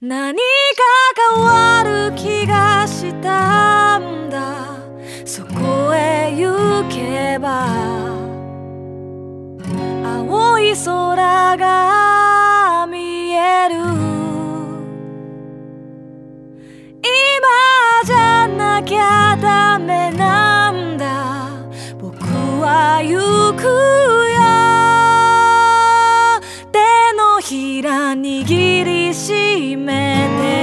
何か変わる気がしたんだそこへ行けば青い空が見える今じゃなきゃダメなんだ僕は行くよ手のひら握りしめて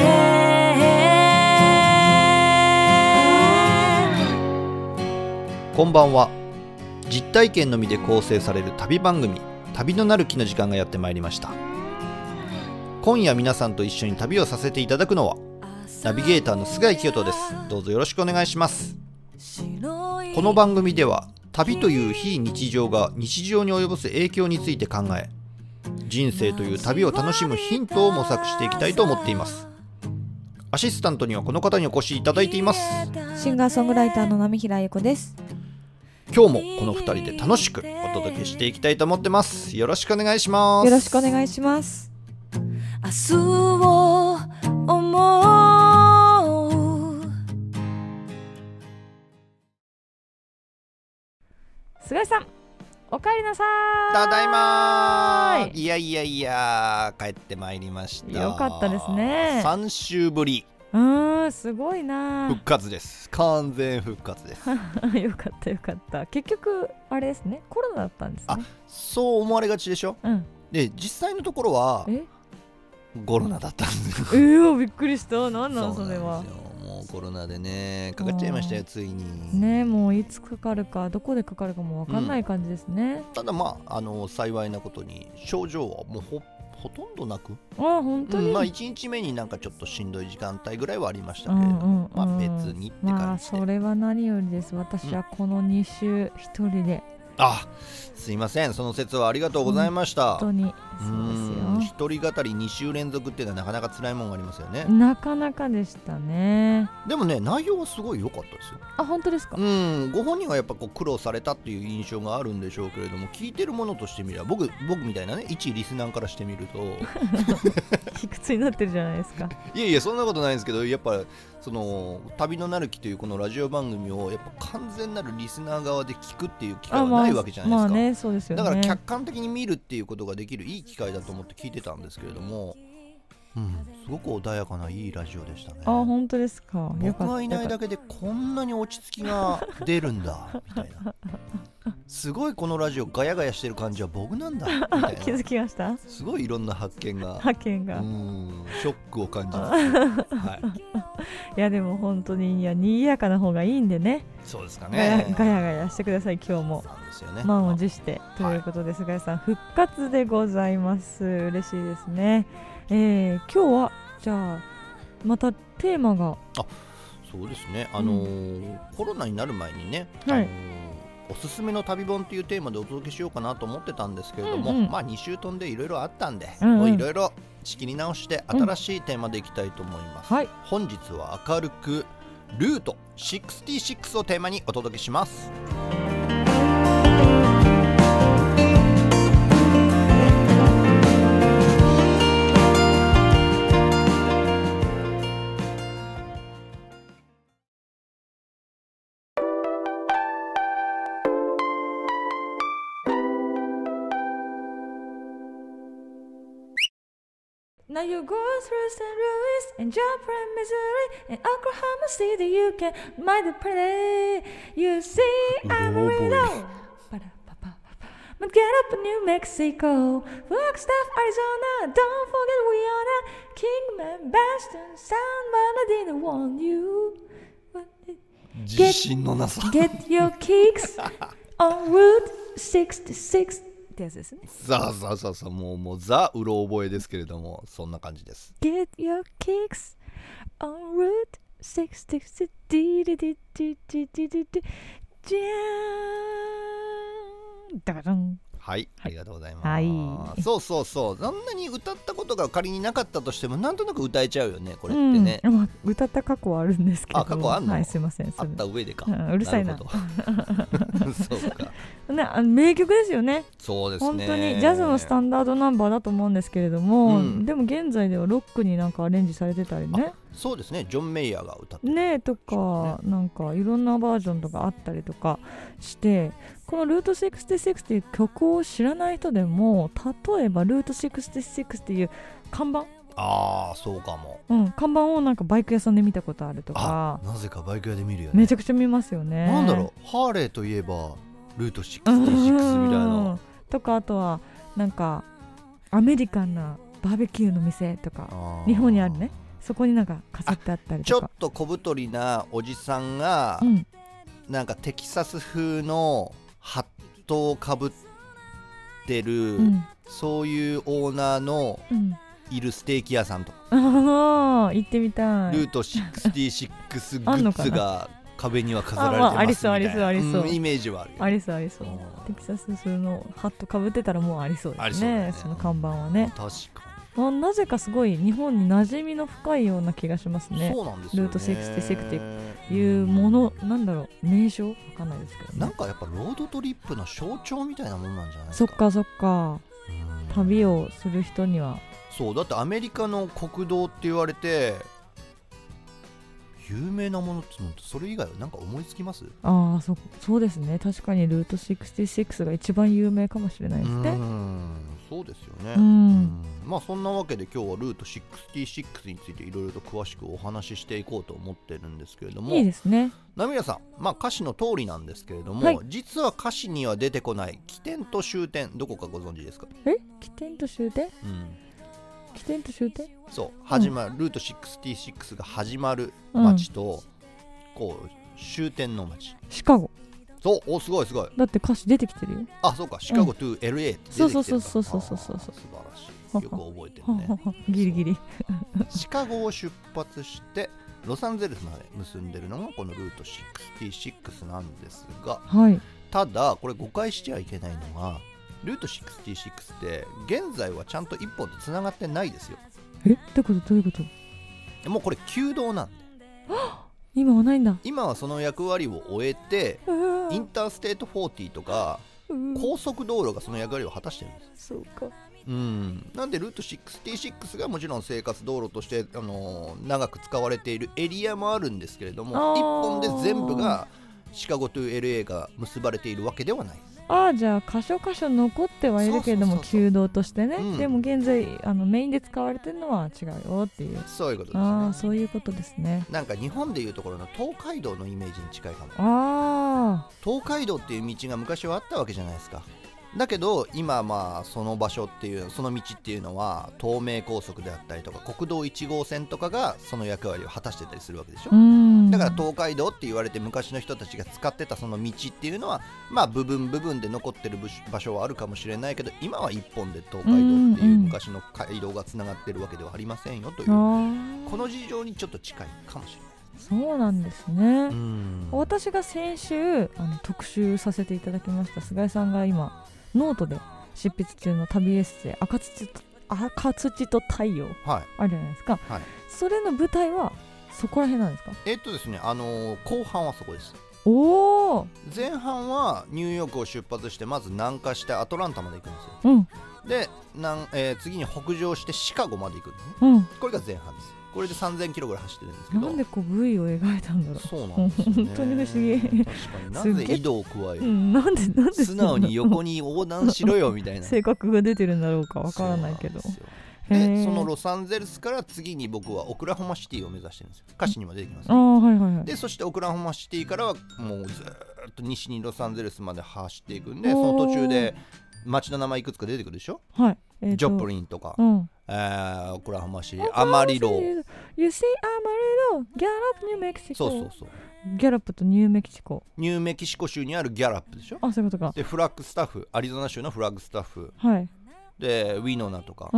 こんばんは実体験のみで構成される旅番組「旅のなる木」の時間がやってまいりました今夜皆さんと一緒に旅をさせていただくのはナビゲーターの菅井清人ですどうぞよろしくお願いしますここの番組では旅という非日常が日常に及ぼす影響について考え人生という旅を楽しむヒントを模索していきたいと思っていますアシスタントにはこの方にお越しいただいていますシンガーソングライターの波平ゆ子です。今日もこの2人で楽しくお届けしていきたいと思ってますよろしくお願いしますよろしくおい願いします。明日を思う菅井さんお帰りなさーいただいまはーいやいやいや帰ってまいりましたよかったですね3週ぶりうーんすごいな復活です完全復活ですー よかったよかった結局あれですねコロナだったんですねそう思われがちでしょうんで実際のところはえコロナだったん ですよえー、びっくりした何なんそうそなんれですよはもうコロナでねかかっちゃいましたよついに、ねもういつかかるかどこでかかるかもわかんない感じですね、ただまああの幸いなことに症状はもうほほとんどなくああ本当うに、んまあうん1日目になんかちょっとしんどい時間帯ぐらいはありましたうけれどんも、うんまあ別にってま感あじで、それは何よりです私はこの2週一人であすいませんその説はありがとうございました本当にうそんうです一人語り2週連続っていうのはなかなか辛いもんがありますよねよ、なかなかでしたねでもね内容はすごい良かったですよあ本当ですかうんご本人はやっぱこう苦労されたっていう印象があるんでしょうけれども聞いてるものとしてみれば僕僕みたいなね一リスナーからしてみると卑屈になってるじゃないですかいやいやそんなことないんですけどやっぱその「旅のなる木」というこのラジオ番組をやっぱ完全なるリスナー側で聞くっていう機会はないわけじゃないですか、まあね、そうですよね。だから客観的に見るっていうことができるいい機会だと思って聞いてたんですけれども、うん、すごく穏やかないいラジオでしたね。あ、本当ですか。よか僕ったがいないよかだっけでこんなに落ち着きが出るんだみたいなすごいこのラジオガヤガヤしてる感じは僕なんだみたた気いなづきました。すごいいろんな発見が派遣うが。いんショックを感じます、はい、や、でも、本当に、いや、賑やかな方がいいんでね。そうですかガヤねガヤガヤしてください、今日も。なんですよね、満を持してということで、菅井さん復活でございます。嬉しいですね。えー、今日は、じゃあ、またテーマが。そうですね、あのーコロナになる前にね、はいあのーおすすめの旅本というテーマでお届けしようかなと思ってたんですけれども、うんうんまあ2週飛んでいろいろあったんで、うんうんもういろいろ仕切り直して新しいテーマでいきたいと思います、はい。本日は明るくルート66をテーマにお届けします Now you go through St. Louis and jump from Missouri and Oklahoma City. You can mind the pretty. You see, I'm a widow. Ba-da-ba-ba-ba. But get up in New Mexico, Flagstaff, Arizona. Don't forget Winona, Kingman, Baston, San Bernardino. Want you? What did- 自信のなさ Get your kicks on Route 66. ってやつですね。さあさあさあさあもうもうザうろ覚えですけれどもそんな感じです Get your kicks on Route 66. Dee dee dee dee dee dee dee dee. じゃーんダダンはい、ありがとうございます。はいそうそうそう、そんなに歌ったことが仮になかったとしても、なんとなく歌えちゃうよね、これってうんね。まあ、歌った過去はあるんですけどあ過去あんのはいすいませんあったそ上でか。うんうるさいなるほ どそうか。れねあの名曲ですよねそうですね。本当にジャズのスタンンダードナンバーだと思うんですけれども、うんでも現在ではロックになんかアレンジされてたりねそうですね、ジョン・メイヤーが歌ってる。ねえとかなんかいろんなバージョンとかあったりとかしてこの「ルート66」っていう曲を知らない人でも例えば「ルート66」っていう看板、ああ、そうかも。うん、看板をなんかバイク屋さんで見たことあるとあかなぜかバイク屋で見るよね。めちゃくちゃ見ますよね。なんだろう、ハーレーといえば、ルート66うんみたいな。 とかあとはなんかアメリカンなバーベキューの店とかあー日本にあるね。そこになんか飾ってあったりちょとっか。と小太りなおじさんが、うん、なんかテキサス風のハットをかぶってる、うん、そういうオーナーのうん。いるステーキ屋さんとか、ああ、行ってみたい。ルート66グあんのッかズな が壁には飾られてますみたいあまなあありそうありそうありそうんイメージはあるよありそうありそううんテキサス風のハットかぶってたらもうありそうあでりすそうだねよねその看板はね確かななぜかすごい日本に馴染みの深いような気がしますに、ねそうなんですよねルート66いうものなんだろう名称わかんないですけどなんねかやっぱロードトリップの象徴みたいなもんなんじゃないですそっかかそっかうん旅をする人にはそうだってアメリカの国道って言われて有名なものってのってそれ以外はなんか思いつきますああそそうですね確かにルート66が一番有名かもしれないですうねんそうですよね、ううんんまあそんなわけで今日はルート66についていろいろと詳しくお話ししていこうと思ってるんですけれどもいいですねナミラさん、まあ、歌詞の通りなんですけれども、はい実は歌詞には出てこない起点と終点どこかご存知ですか、え起点と終点うん、起点と終点そう始まる、ルート66が始まる街と、こう終点の街シカゴそうおすごいすごいだって歌詞出てきてるよあそうかシカゴ to LA って出てきてそるかうそうそうそうそうそうそうあー素晴らしいよく覚えてるねギリギリシカゴを出発してロサンゼルスまで結んでるのがこのルート66なんですがはいただこれ誤解しちゃいけないのがルート66って現在はちゃんと1本でつながってないですよえってことどういうこともうこれ旧道なんで今はないんだ今はその役割を終えてインターステート40とか高速道路がその役割を果たしてるんですそうかうんなんでルート66がもちろん生活道路として、あのー長く使われているエリアもあるんですけれどもあ1本ーで全部がシカゴ to LA が結ばれているわけではないですああじゃあ箇所箇所残ってはいるけれそどもうそうそうそう旧道としてね、うんでも現在あのメインで使われてるのは違うよっていうそういうことですああねそういうことですねなんか日本でいうところの東海道のイメージに近いかもあ東海道っていう道が昔はあったわけじゃないですかだけど今まあその場所っていうその道っていうのは東名高速であったりとか国道1号線とかがその役割を果たしてたりするわけでしょあうんだから東海道って言われて昔の人たちが使ってたその道っていうのはまあ部分部分で残ってる部所場所はあるかもしれないけど今は一本で東海道ってうんいううん昔の街道がつながってるわけではありませんよというああこの事情にちょっと近いかもしそうなんですねれない。うん私が先週あの特集させていただきました菅井さんが今ノートで執筆中の旅エッセイ赤土と赤土と太陽はいあるじゃないですか、はいそれの舞台はそこら辺なんですかえっとですねあのー後半はそこですおお前半はニューヨークを出発してまず南下してアトランタまで行くんですようんで南、えー次に北上してシカゴまで行くんですねうんこれが前半ですこれで3 0 0 0キロぐらい走ってるんですけどなんでこう部位を描いたんだろそうなんですよ、ね、本当に不思確議かにすっなげぜえ井戸を加えう、うるん、なんでなんで素直に横に横断しろよみたいな性格が出てるんだろうかわからないけどそうなんですよへでーそのロサンゼルスから次に僕はオクラホマシティを目指してるんですよ歌詞にも出てきますああはいはいはいでそしてオクラホマシティからはもうずーっと西にロサンゼルスまで走っていくんでおーその途中で街の名前いくつか出てくるでしょ、はい、えーとジョプリンとか、うんえーオクラホマシティアマリロ You see Amarillo, Gallup, New Mexico そうそうそうギャラップとニューメキシコニューメキシコ州にあるギャラップでしょあそういうことかでフラッグスタッフアリゾナ州のフラッグスタッフはいでウィノナとかササ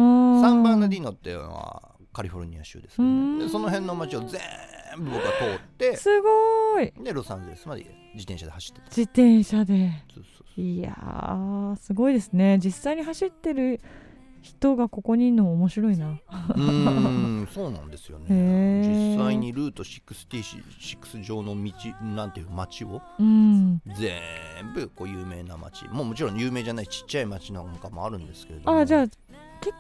ンバーナデディーノっていうのはカリフォルニア州ですけどねうーんでその辺の街を全部僕は通ってすごごいでロサンゼルスまで自転車で走ってた自転車でそうそうそういやーすごいですね実際に走ってる人がここにいるのも面白いなう ーんそうなんですよねへー実際にルート66上の道なんていう街をうん全部こう有名な街もうもちろん有名じゃないちっちゃい街なんかもあるんですけれどもあじゃあ結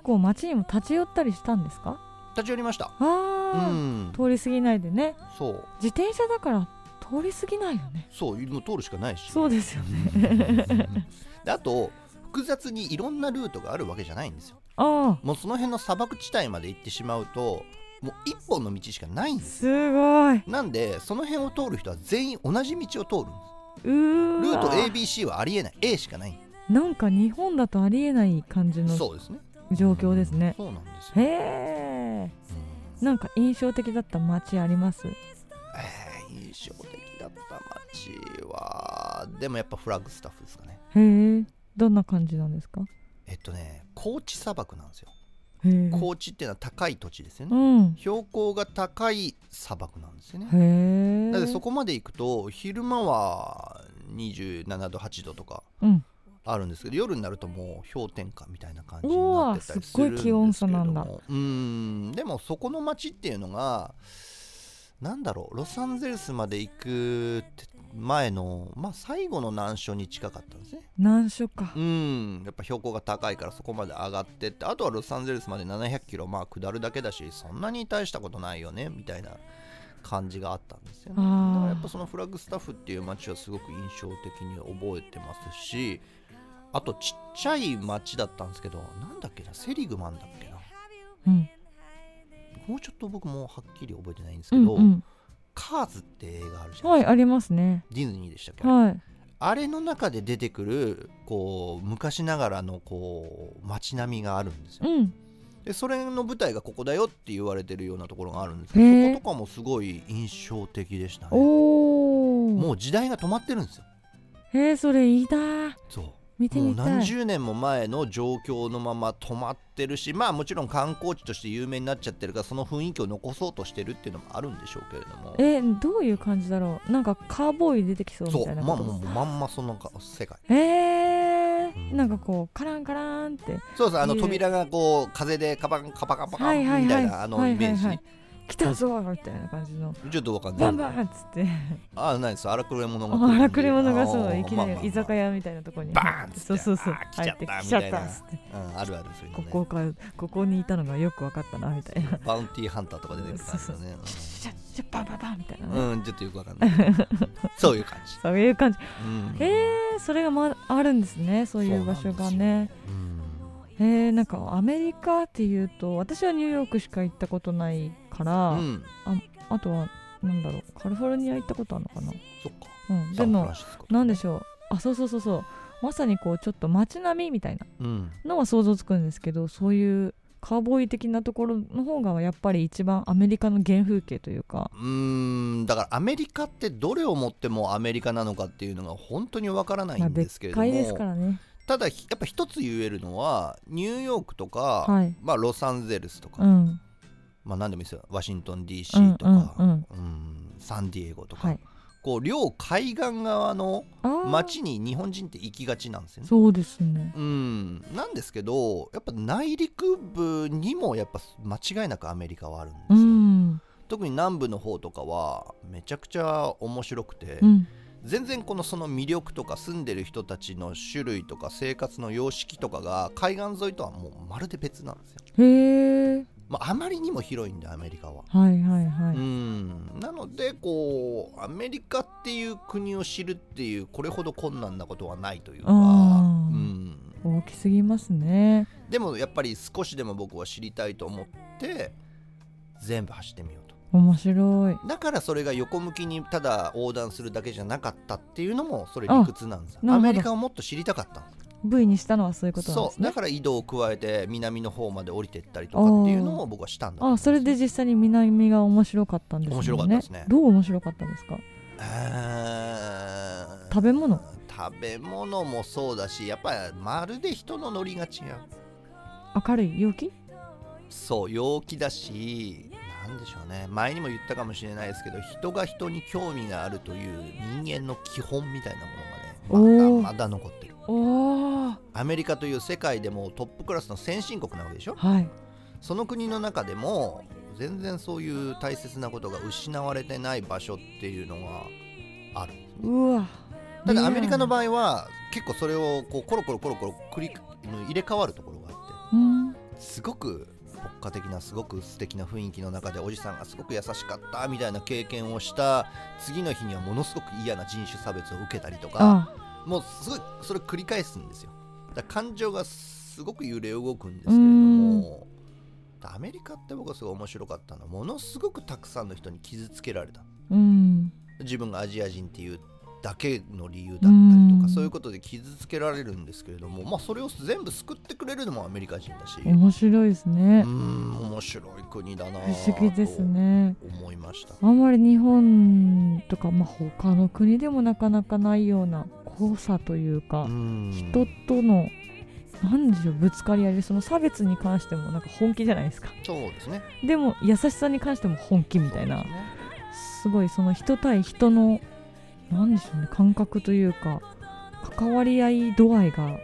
構街にも立ち寄ったりしたんですか立ち寄りましたうあー、ん通り過ぎないでねそう自転車だから通り過ぎないよねそうもう通るしかないしそうですよねであと複雑にいろんなルートがあるわけじゃないんですよあもうその辺の砂漠地帯まで行ってしまうともう一本の道しかないんーですすごいうなんでその辺を通る人は全員同じ道を通るんですールートわ ABC はありえない A しかないなんか日本だとありえない感じのそうですね状況ですねそうなんですよへえうんなんか印象的だった街ありますえー印象的だった街はでもやっぱフラッグスタッフですかねへえどんな感じなんですかえっとね高地砂漠なんですよへえ高地っていうのは高い土地ですようねん標高が高い砂漠なんですよねへえだってそこまで行くと昼間は27度8度とかうんあるんですけど夜になるともう氷点下みたいな感じになってたりするんですけれどうもわすっごい気温差なんだうーんでもそこの街っていうのがなんだろうロサンゼルスまで行くって前の、まあ、最後の難所に近かったんですね難所かうーんやっぱ標高が高いからそこまで上がってってあとはロサンゼルスまで7 0 0キロまあ下るだけだしそんなに大したことないよねみたいな感じがあったんですよねだからやあっぱーそのフラッグスタッフっていう街はすごく印象的に覚えてますしあとちっちゃい街だったんですけどなんだっけなセリグマンだっけなうんもうちょっと僕もはっきり覚えてないんですうけんど、うんカーズって映画あるじゃなはいいですか、ありますねディズニーでしたっけ、はいあれの中で出てくるこう昔ながらのこう街並みがあるんですようんでそれの舞台がここだよって言われてるようなところがあるんですけど、へーそことかもすごい印象的でしたねおおもう時代が止まってるんですよへえそれいいなそう見てもうみた何い十年も前の状況のまま止まってるしまあもちろん観光地として有名になっちゃってるからその雰囲気を残そうとしてるっていうのもあるんでしょうけれどもえどういう感じだろうなんかカーボーイ出てきそうそみうたいなまこあともうまんまそのか世界えうー、んなんかこうカランカランってそうそうあのいう扉がこう風でカバンカパカパカはいはンいみたはいいなあのイメージ、はいはい来たぞみたいな感じのちょっとわかんないバンバンっつってあないです荒くれ者が来るんで荒くれ者がそあうーいきなまあまあまあり居酒屋みたいなとこにバーンっつってそうそうそうあー来ちゃった入ってみきたちゃいなったっつってうんあるあるそういうのこねこかここにいたのがよく分かったなみたいなバウンティーハンターとか出てくる感じだねシャッシャッバンバンバンみたいなうねん、うん、ちょっとよくわかんないそういう感じ、そういう感じうん、へえそれがまあるんですねそういう場所そうながねんですようんへえなんかアメリカっていうと私はニューヨークしか行ったことないから、うん、あとはなんだろうカリフォルニア行ったことあるのかなそっか。うんサでンフもランシスコなんでしょうあそうそうそうそうまさにこうちょっと街並みみたいなうん、のは想像つくんですけどそういうカーボーイ的なところの方がやっぱり一番アメリカの原風景というかうーんだからアメリカってどれをもってもアメリカなのかっていうのが本当にわからないまあんででっすけれどかも、いですからねただひやっぱ一つ言えるのはニューヨークとか、はいまあ、ロサンゼルスとか、うんまあ、何でもいいですよワシントンうん DC とうか、うんんうんサンディエゴとか、はいこう両海岸側のあー街に日本人って行きがちなんですよね。そうですねうん、なんですけどやっぱ内陸部にもやっぱ間違いなくアメリカはあるんですうよ。ん特に南部の方とかはめちゃくちゃ面白くて、うん全然このその魅力とか住んでる人たちの種類とか生活の様式とかが海岸沿いとはもうまるで別なんですよ、へえまあ、あまりにも広いんでアメリカは、はいはいはういんなのでこうアメリカっていう国を知るっていうこれほど困難なことはないというか、あうーん、大きすぎますねでもやっぱり少しでも僕は知りたいと思って全部走ってみようと面白いだからそれが横向きにただ横断するだけじゃなかったっていうのもそれ理屈なんですよあなアるほどメリカをもっと知りたかったんです V にしたのはそういうことなんでそすうだねから移動を加えて南の方まで降りてったりとかっていうのを僕はしたんだと思あうんすそれで実際に南が面白かったんですよね面白かったですねどう面白かったんですかうーん食べ物食べ物もそうだしやっぱりまるで人のノリが違う明るい陽気そう陽気だしななんでしょうね前にも言ったかもしれないですけど人が人に興味があるという人間の基本みたいなものがねおーまだまだ残ってるおーアメリカという世界でもトップクラスの先進国なわけでしょはいその国の中でも全然そういう大切なことが失われてない場所っていうのがあるうわただアメリカの場合場合は結構それをこうコロコロコロコロ繰り入れ替わるところがあうんってすごく国家的なすごく素敵な雰囲気の中でおじさんがすごく優しかったみたいな経験をした次の日にはものすごく嫌な人種差別を受けたりとかあもうすごいそれ繰り返すんですよだから感情がすごく揺れ動くんですけうれどんもアメリカって僕はすごい面白かったのはものすごくたくさんの人に傷つけられたうん自分がアジア人っていうだけの理由だったりとうかんそういうことで傷つけられるんですけれどもまあそれを全部救ってくれるのもアメリカ人だしう面白いですねーん面白い国だな不思議ですねと思いましたあんまり日本とか、まあ、他の国でもなかなかないような交差というか、人人との何でしょうぶつかり合いでその差別に関してもなんか本気じゃないですかそうですねでも優しさに関しても本気みたいそなうですねすごいその人対人の何でしょうね感覚というか関わり合い度合いが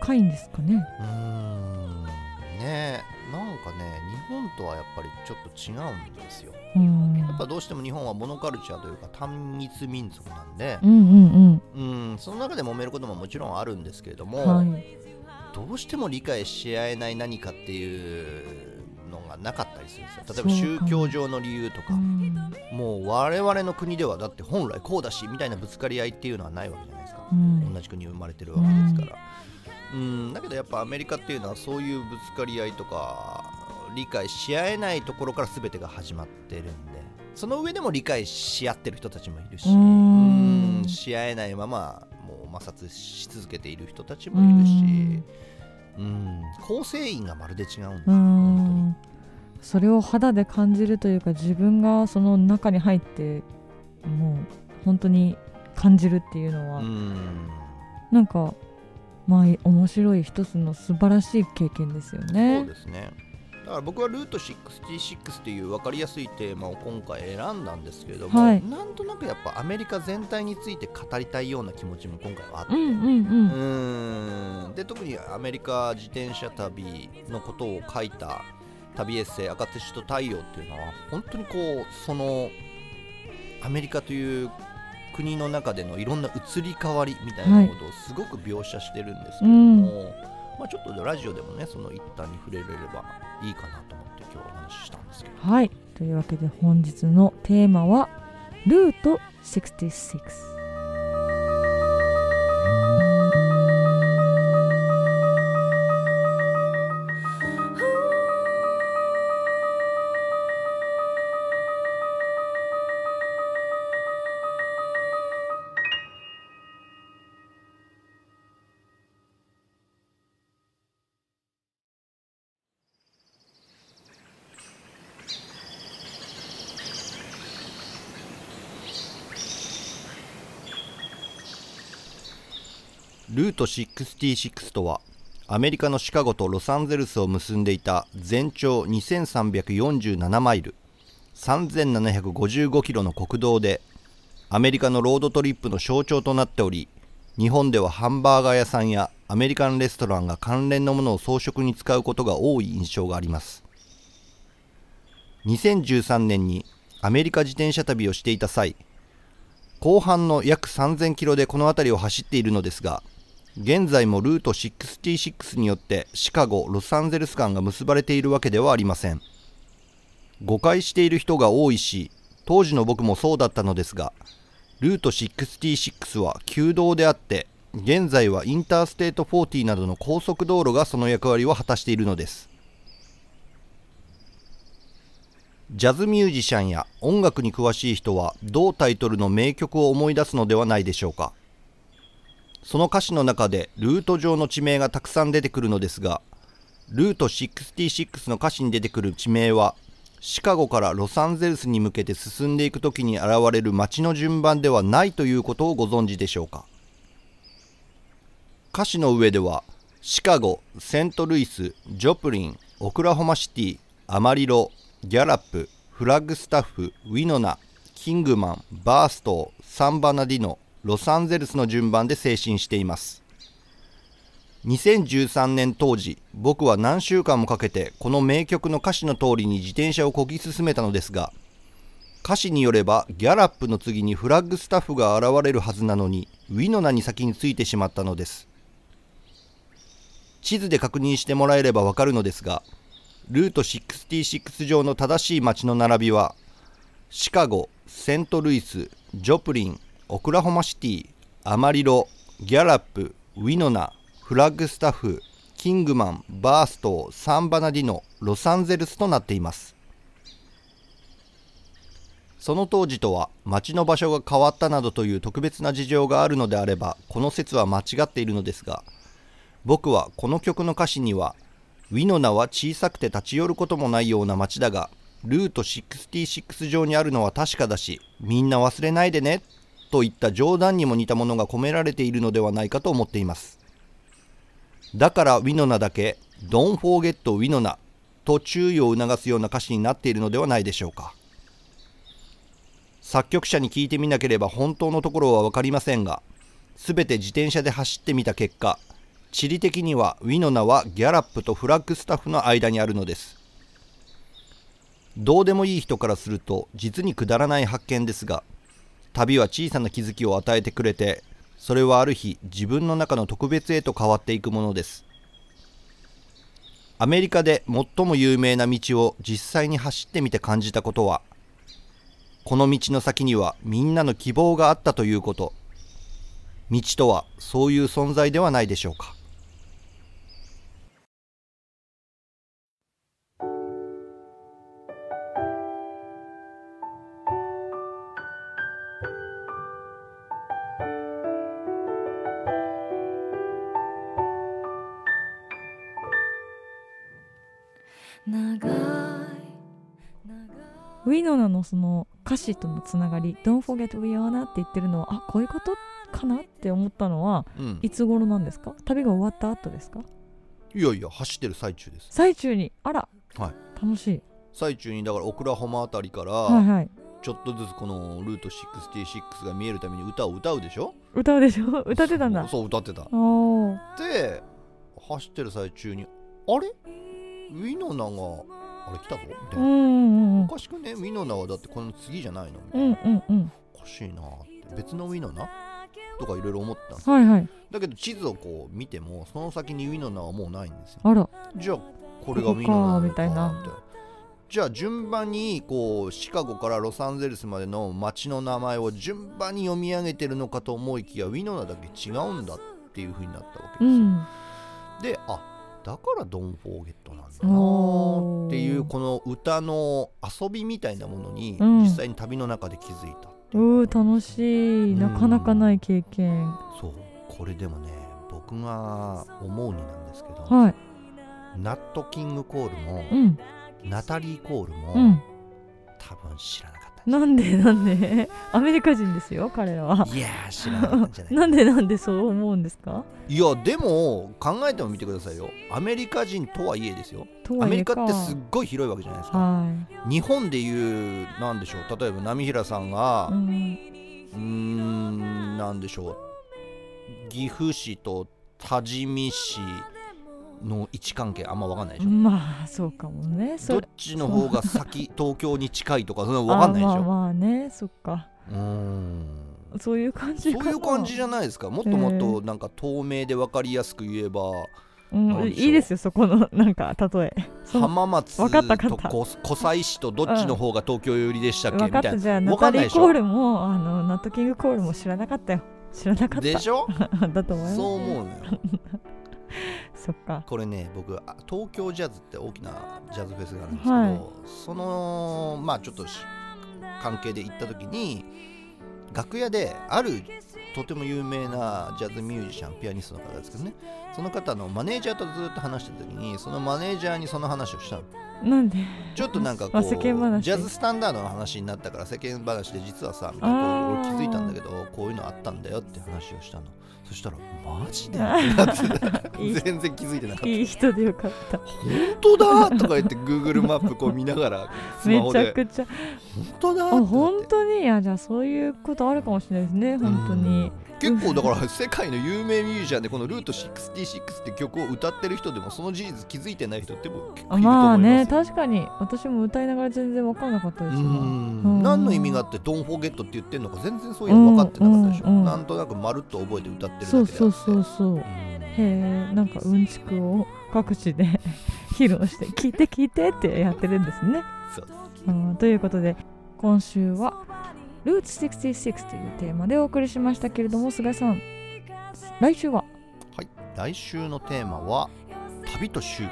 深いんですかねうーんねえなんかね日本とはやっぱりちょっと違うんですようーんやっぱどうしても日本はモノカルチャーというか単一民族なんでうんうんうんその中で揉めることももちろんあるんですけれどうも、んはいどうしても理解し合えない何かっていうのがなかったりするんですよ例そえうばか宗教上の理由とかうんもう我々の国ではだって本来こうだしみたいなぶつかり合いっていうのはないわけじゃないですかう、ん同じ国に生まれてるわけですから、うん、だけどやっぱアメリカっていうのはそういうぶつかり合いとか理解し合えないところから全てが始まってるんでその上でも理解し合ってる人たちもいるし、うーんうんし合えないままもう摩擦し続けている人たちもいるし、うん、構成員がまるで違うんですうーよ本んそれを肌で感じるというか自分がその中に入ってもう本当に感じるっていうのは、当に。うんなんかまあ面白い一つの素晴らしい経験ですよそうね。ですねだから僕はルート66っていう分かりやすいテーマを今回選んだんですけれども、はいなんとなくやっぱアメリカ全体について語りたいような気持ちも今回はあって、うんうんううん。ーんで特にアメリカ自転車旅のことを書いた旅エッセイ「赤手と太陽」っていうのは本当にこうそのアメリカという国の中でのいろんな移り変わりみたいなことをすごく描写してるんですけれども、まあ、ちょっとラジオでもねその一端に触れれればいいかなと思って今日お話ししたんですけどはい。というわけで本日のテーマはルート66。ルート66とはアメリカのシカゴとロサンゼルスを結んでいた全長2347マイル3755キロの国道でアメリカのロードトリップの象徴となっており日本ではハンバーガー屋さんやアメリカンレストランが関連のものを装飾に使うことが多い印象があります2013年にアメリカ自転車旅をしていた際後半の約3000キロでこの辺りを走っているのですが現在もルート66によってシカゴ・ロサンゼルス間が結ばれているわけではありません誤解している人が多いし当時の僕もそうだったのですがルート66は旧道であって現在はインターステート40などの高速道路がその役割を果たしているのですジャズミュージシャンや音楽に詳しい人は同タイトルの名曲を思い出すのではないでしょうかその歌詞の中でルート上の地名がたくさん出てくるのですがルート66の歌詞に出てくる地名はシカゴからロサンゼルスに向けて進んでいく時に現れる街の順番ではないということをご存知でしょうか歌詞の上ではシカゴ、セントルイス、ジョプリン、オクラホマシティ、アマリロ、ギャラップ、フラッグスタッフウィノナキングマンバーストーサンバナディノロサンゼルスの順番で精進しています2013年当時僕は何週間もかけてこの名曲の歌詞の通りに自転車をこぎ進めたのですが歌詞によればギャラップの次にフラッグスタッフが現れるはずなのにウィノナに先についてしまったのです地図で確認してもらえればわかるのですがルート66上の正しい街の並びはシカゴ、セントルイス、ジョプリン、オクラホマシティ、アマリロ、ギャラップ、ウィノナ、フラッグスタッフ、キングマン、バーストー、サンバナディノ、ロサンゼルスとなっています。その当時とは町の場所が変わったなどという特別な事情があるのであればこの説は間違っているのですが僕はこの曲の歌詞には「ウィノナは小さくて立ち寄ることもないような町だがルート66上にあるのは確かだしみんな忘れないでね」といった冗談にも似たものが込められているのではないかと思っていますだからウィノナだけ「Don't forget ウィノナ」と注意を促すような歌詞になっているのではないでしょうか作曲者に聞いてみなければ本当のところは分かりませんが全て自転車で走ってみた結果地理的にはウィノナはギャラップとフラッグスタッフの間にあるのですどうでもいい人からすると実にくだらない発見ですが旅は小さな気づきを与えてくれてそれはある日自分の中の特別へと変わっていくものですアメリカで最も有名な道を実際に走ってみて感じたことはこの道の先にはみんなの希望があったということ道とはそういう存在ではないでしょうか長いウィノナのその歌詞とのつながり「Don't forget we are na」って言ってるのはあこういうことかなって思ったのはうんいつ頃なんですか旅が終わった後ですかいやいや走ってる最中です最中にあら、は楽しい最中にだからオクラホマあたりから、はいはいちょっとずつこのルート66が見えるために歌を歌うでしょ歌うで しょ歌ってたんだそうそう歌ってたおーで走ってる最中にあれウィノナがあれ来たぞみたういな、んうんうおんかしくねウィノナはだってこの次じゃないのみたういんな、うんうんおかしいなって別のウィノナとかいろいろ思ったんですはいはいだけど地図をこう見てもその先にウィノナはもうないんですよあらじゃあこれがウィノナなのかここかみたいなみたいなじゃあ順番にこうシカゴからロサンゼルスまでの街の名前を順番に読み上げてるのかと思いきやウィノナだけ違うんだっていう風になったわけうですよ、んであだからドン・フォーゲットなんだなーおーっていうこの歌の遊びみたいなものにうん実際に旅の中で気づいたっていううー楽しいなかなかない経験そうこれでもね僕が思うになんですけど、はいナット・キング・コールも、うんナタリー・コールも、うん多分知らなかったんじゃなんでなんで アメリカ人ですよ彼らはないいやー知らなかったんじゃない なんでなんでそう思うんですかいやでも考えてもみてくださいよアメリカ人とはいえですよとアはいメえリカかってすっごい広いわけじゃないですかは日本でいうなんでしょう例えば波平さんい、うがうん、ーんなんでしょう岐阜市と多治見市の位置関係あんま分かんないでしょまあそうかもねそどっれちの方が先東京に近い とかそんなの分かんないでしあまあょまあねそっかうーんそういう感じそうかいう感じじゃなないですかもっともっとなんか透明で分かりやすく言えばうんなんでしょういいですよそこの なんか例えそう浜松わかったわかとったこ湖西市とどっちの方が東京寄りでしたっけ分みかったいたなじゃあナわかタんリないでー・しょコールもあのナットキング・コールも知らなかったよ知らなかったでしょだと思いますそう思うのよそっかこれね僕あ東京ジャズって大きなジャズフェスがあるんですけど、はいそのまあちょっとし関係で行った時に楽屋であるとても有名なジャズミュージシャンピアニストの方ですけどねその方のマネージャーとずっと話してた時にそのマネージャーにその話をしたのなんでちょっとなんかこまうあ世間話ジャズスタンダードの話になったから世間話で実はさみたいなこうあ俺気ーづいたんだけどこういうのあったんだよって話をしたのそしたらマジでってなってた いい全然気づいてなかったいい人でよかった本当だとか言って Google マップこう見ながらスマめホちゃでくちゃ本当だあってなって本当にいやじゃあそういうことあるかもしれないですね本当に結構だから世界の有名ミュージシャンでこの「ルート66」って曲を歌ってる人でもその事実気づいてない人っても結構いあるとま思あいまねすよ確かに私も歌いながら全然分からなかったでうすもんんうん何の意味があって「ドン・フォーゲット」って言ってるのか全然そういうの分かってなかったでしょ、うんうんうんなんとなくまるっと覚えて歌ってるだけであそっうてそうそうそうへうえなんかうんちくを各地で 披露して聞いて聞いてってやってるんですね。んそううんということで今週は「ルーツ66」というテーマでお送りしましたけれども菅井さん来週ははい来週のテーマは「旅と宗教」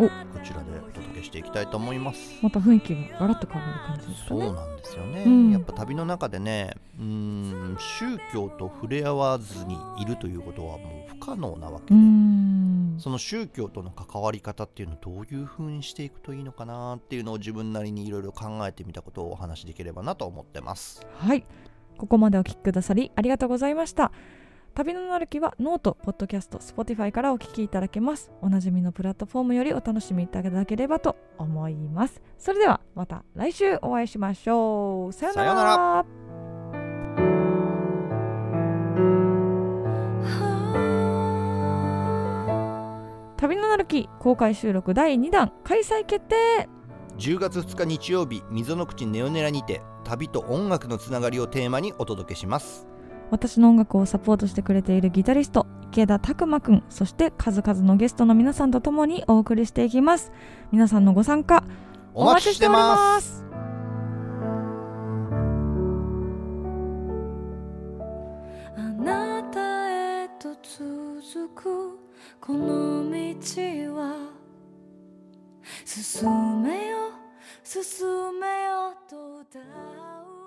おこちらでお届けしていきたいと思いますまた雰囲気がガラッと変わる感じですかそねう。なんですよね、うんやっぱ旅の中でねうーん宗教と触れ合わずにいるということはもう不可能なわけで、うーんその宗教との関わり方っていうのをどういう風にしていくといいのかなっていうのを自分なりにいろいろ考えてみたことをお話しできればなと思ってますはいここまでお聞きくださりありがとうございました旅のなるきはノート、ポッドキャスト、Spotify からお聞きいただけますおなじみのプラットフォームよりお楽しみいただければと思いますそれではまた来週お会いしましょうさようならさような旅のなるき公開収録第2弾開催決定10月2日日曜日溝の口ネオネラにて旅と音楽のつながりをテーマにお届けします私の音楽をサポートしてくれているギタリスト池田拓磨くんそして数々のゲストの皆さんと共にお送りしていきます皆さんのご参加お待ちしてますすあなたへと続くこの道は進めよ進めよと歌う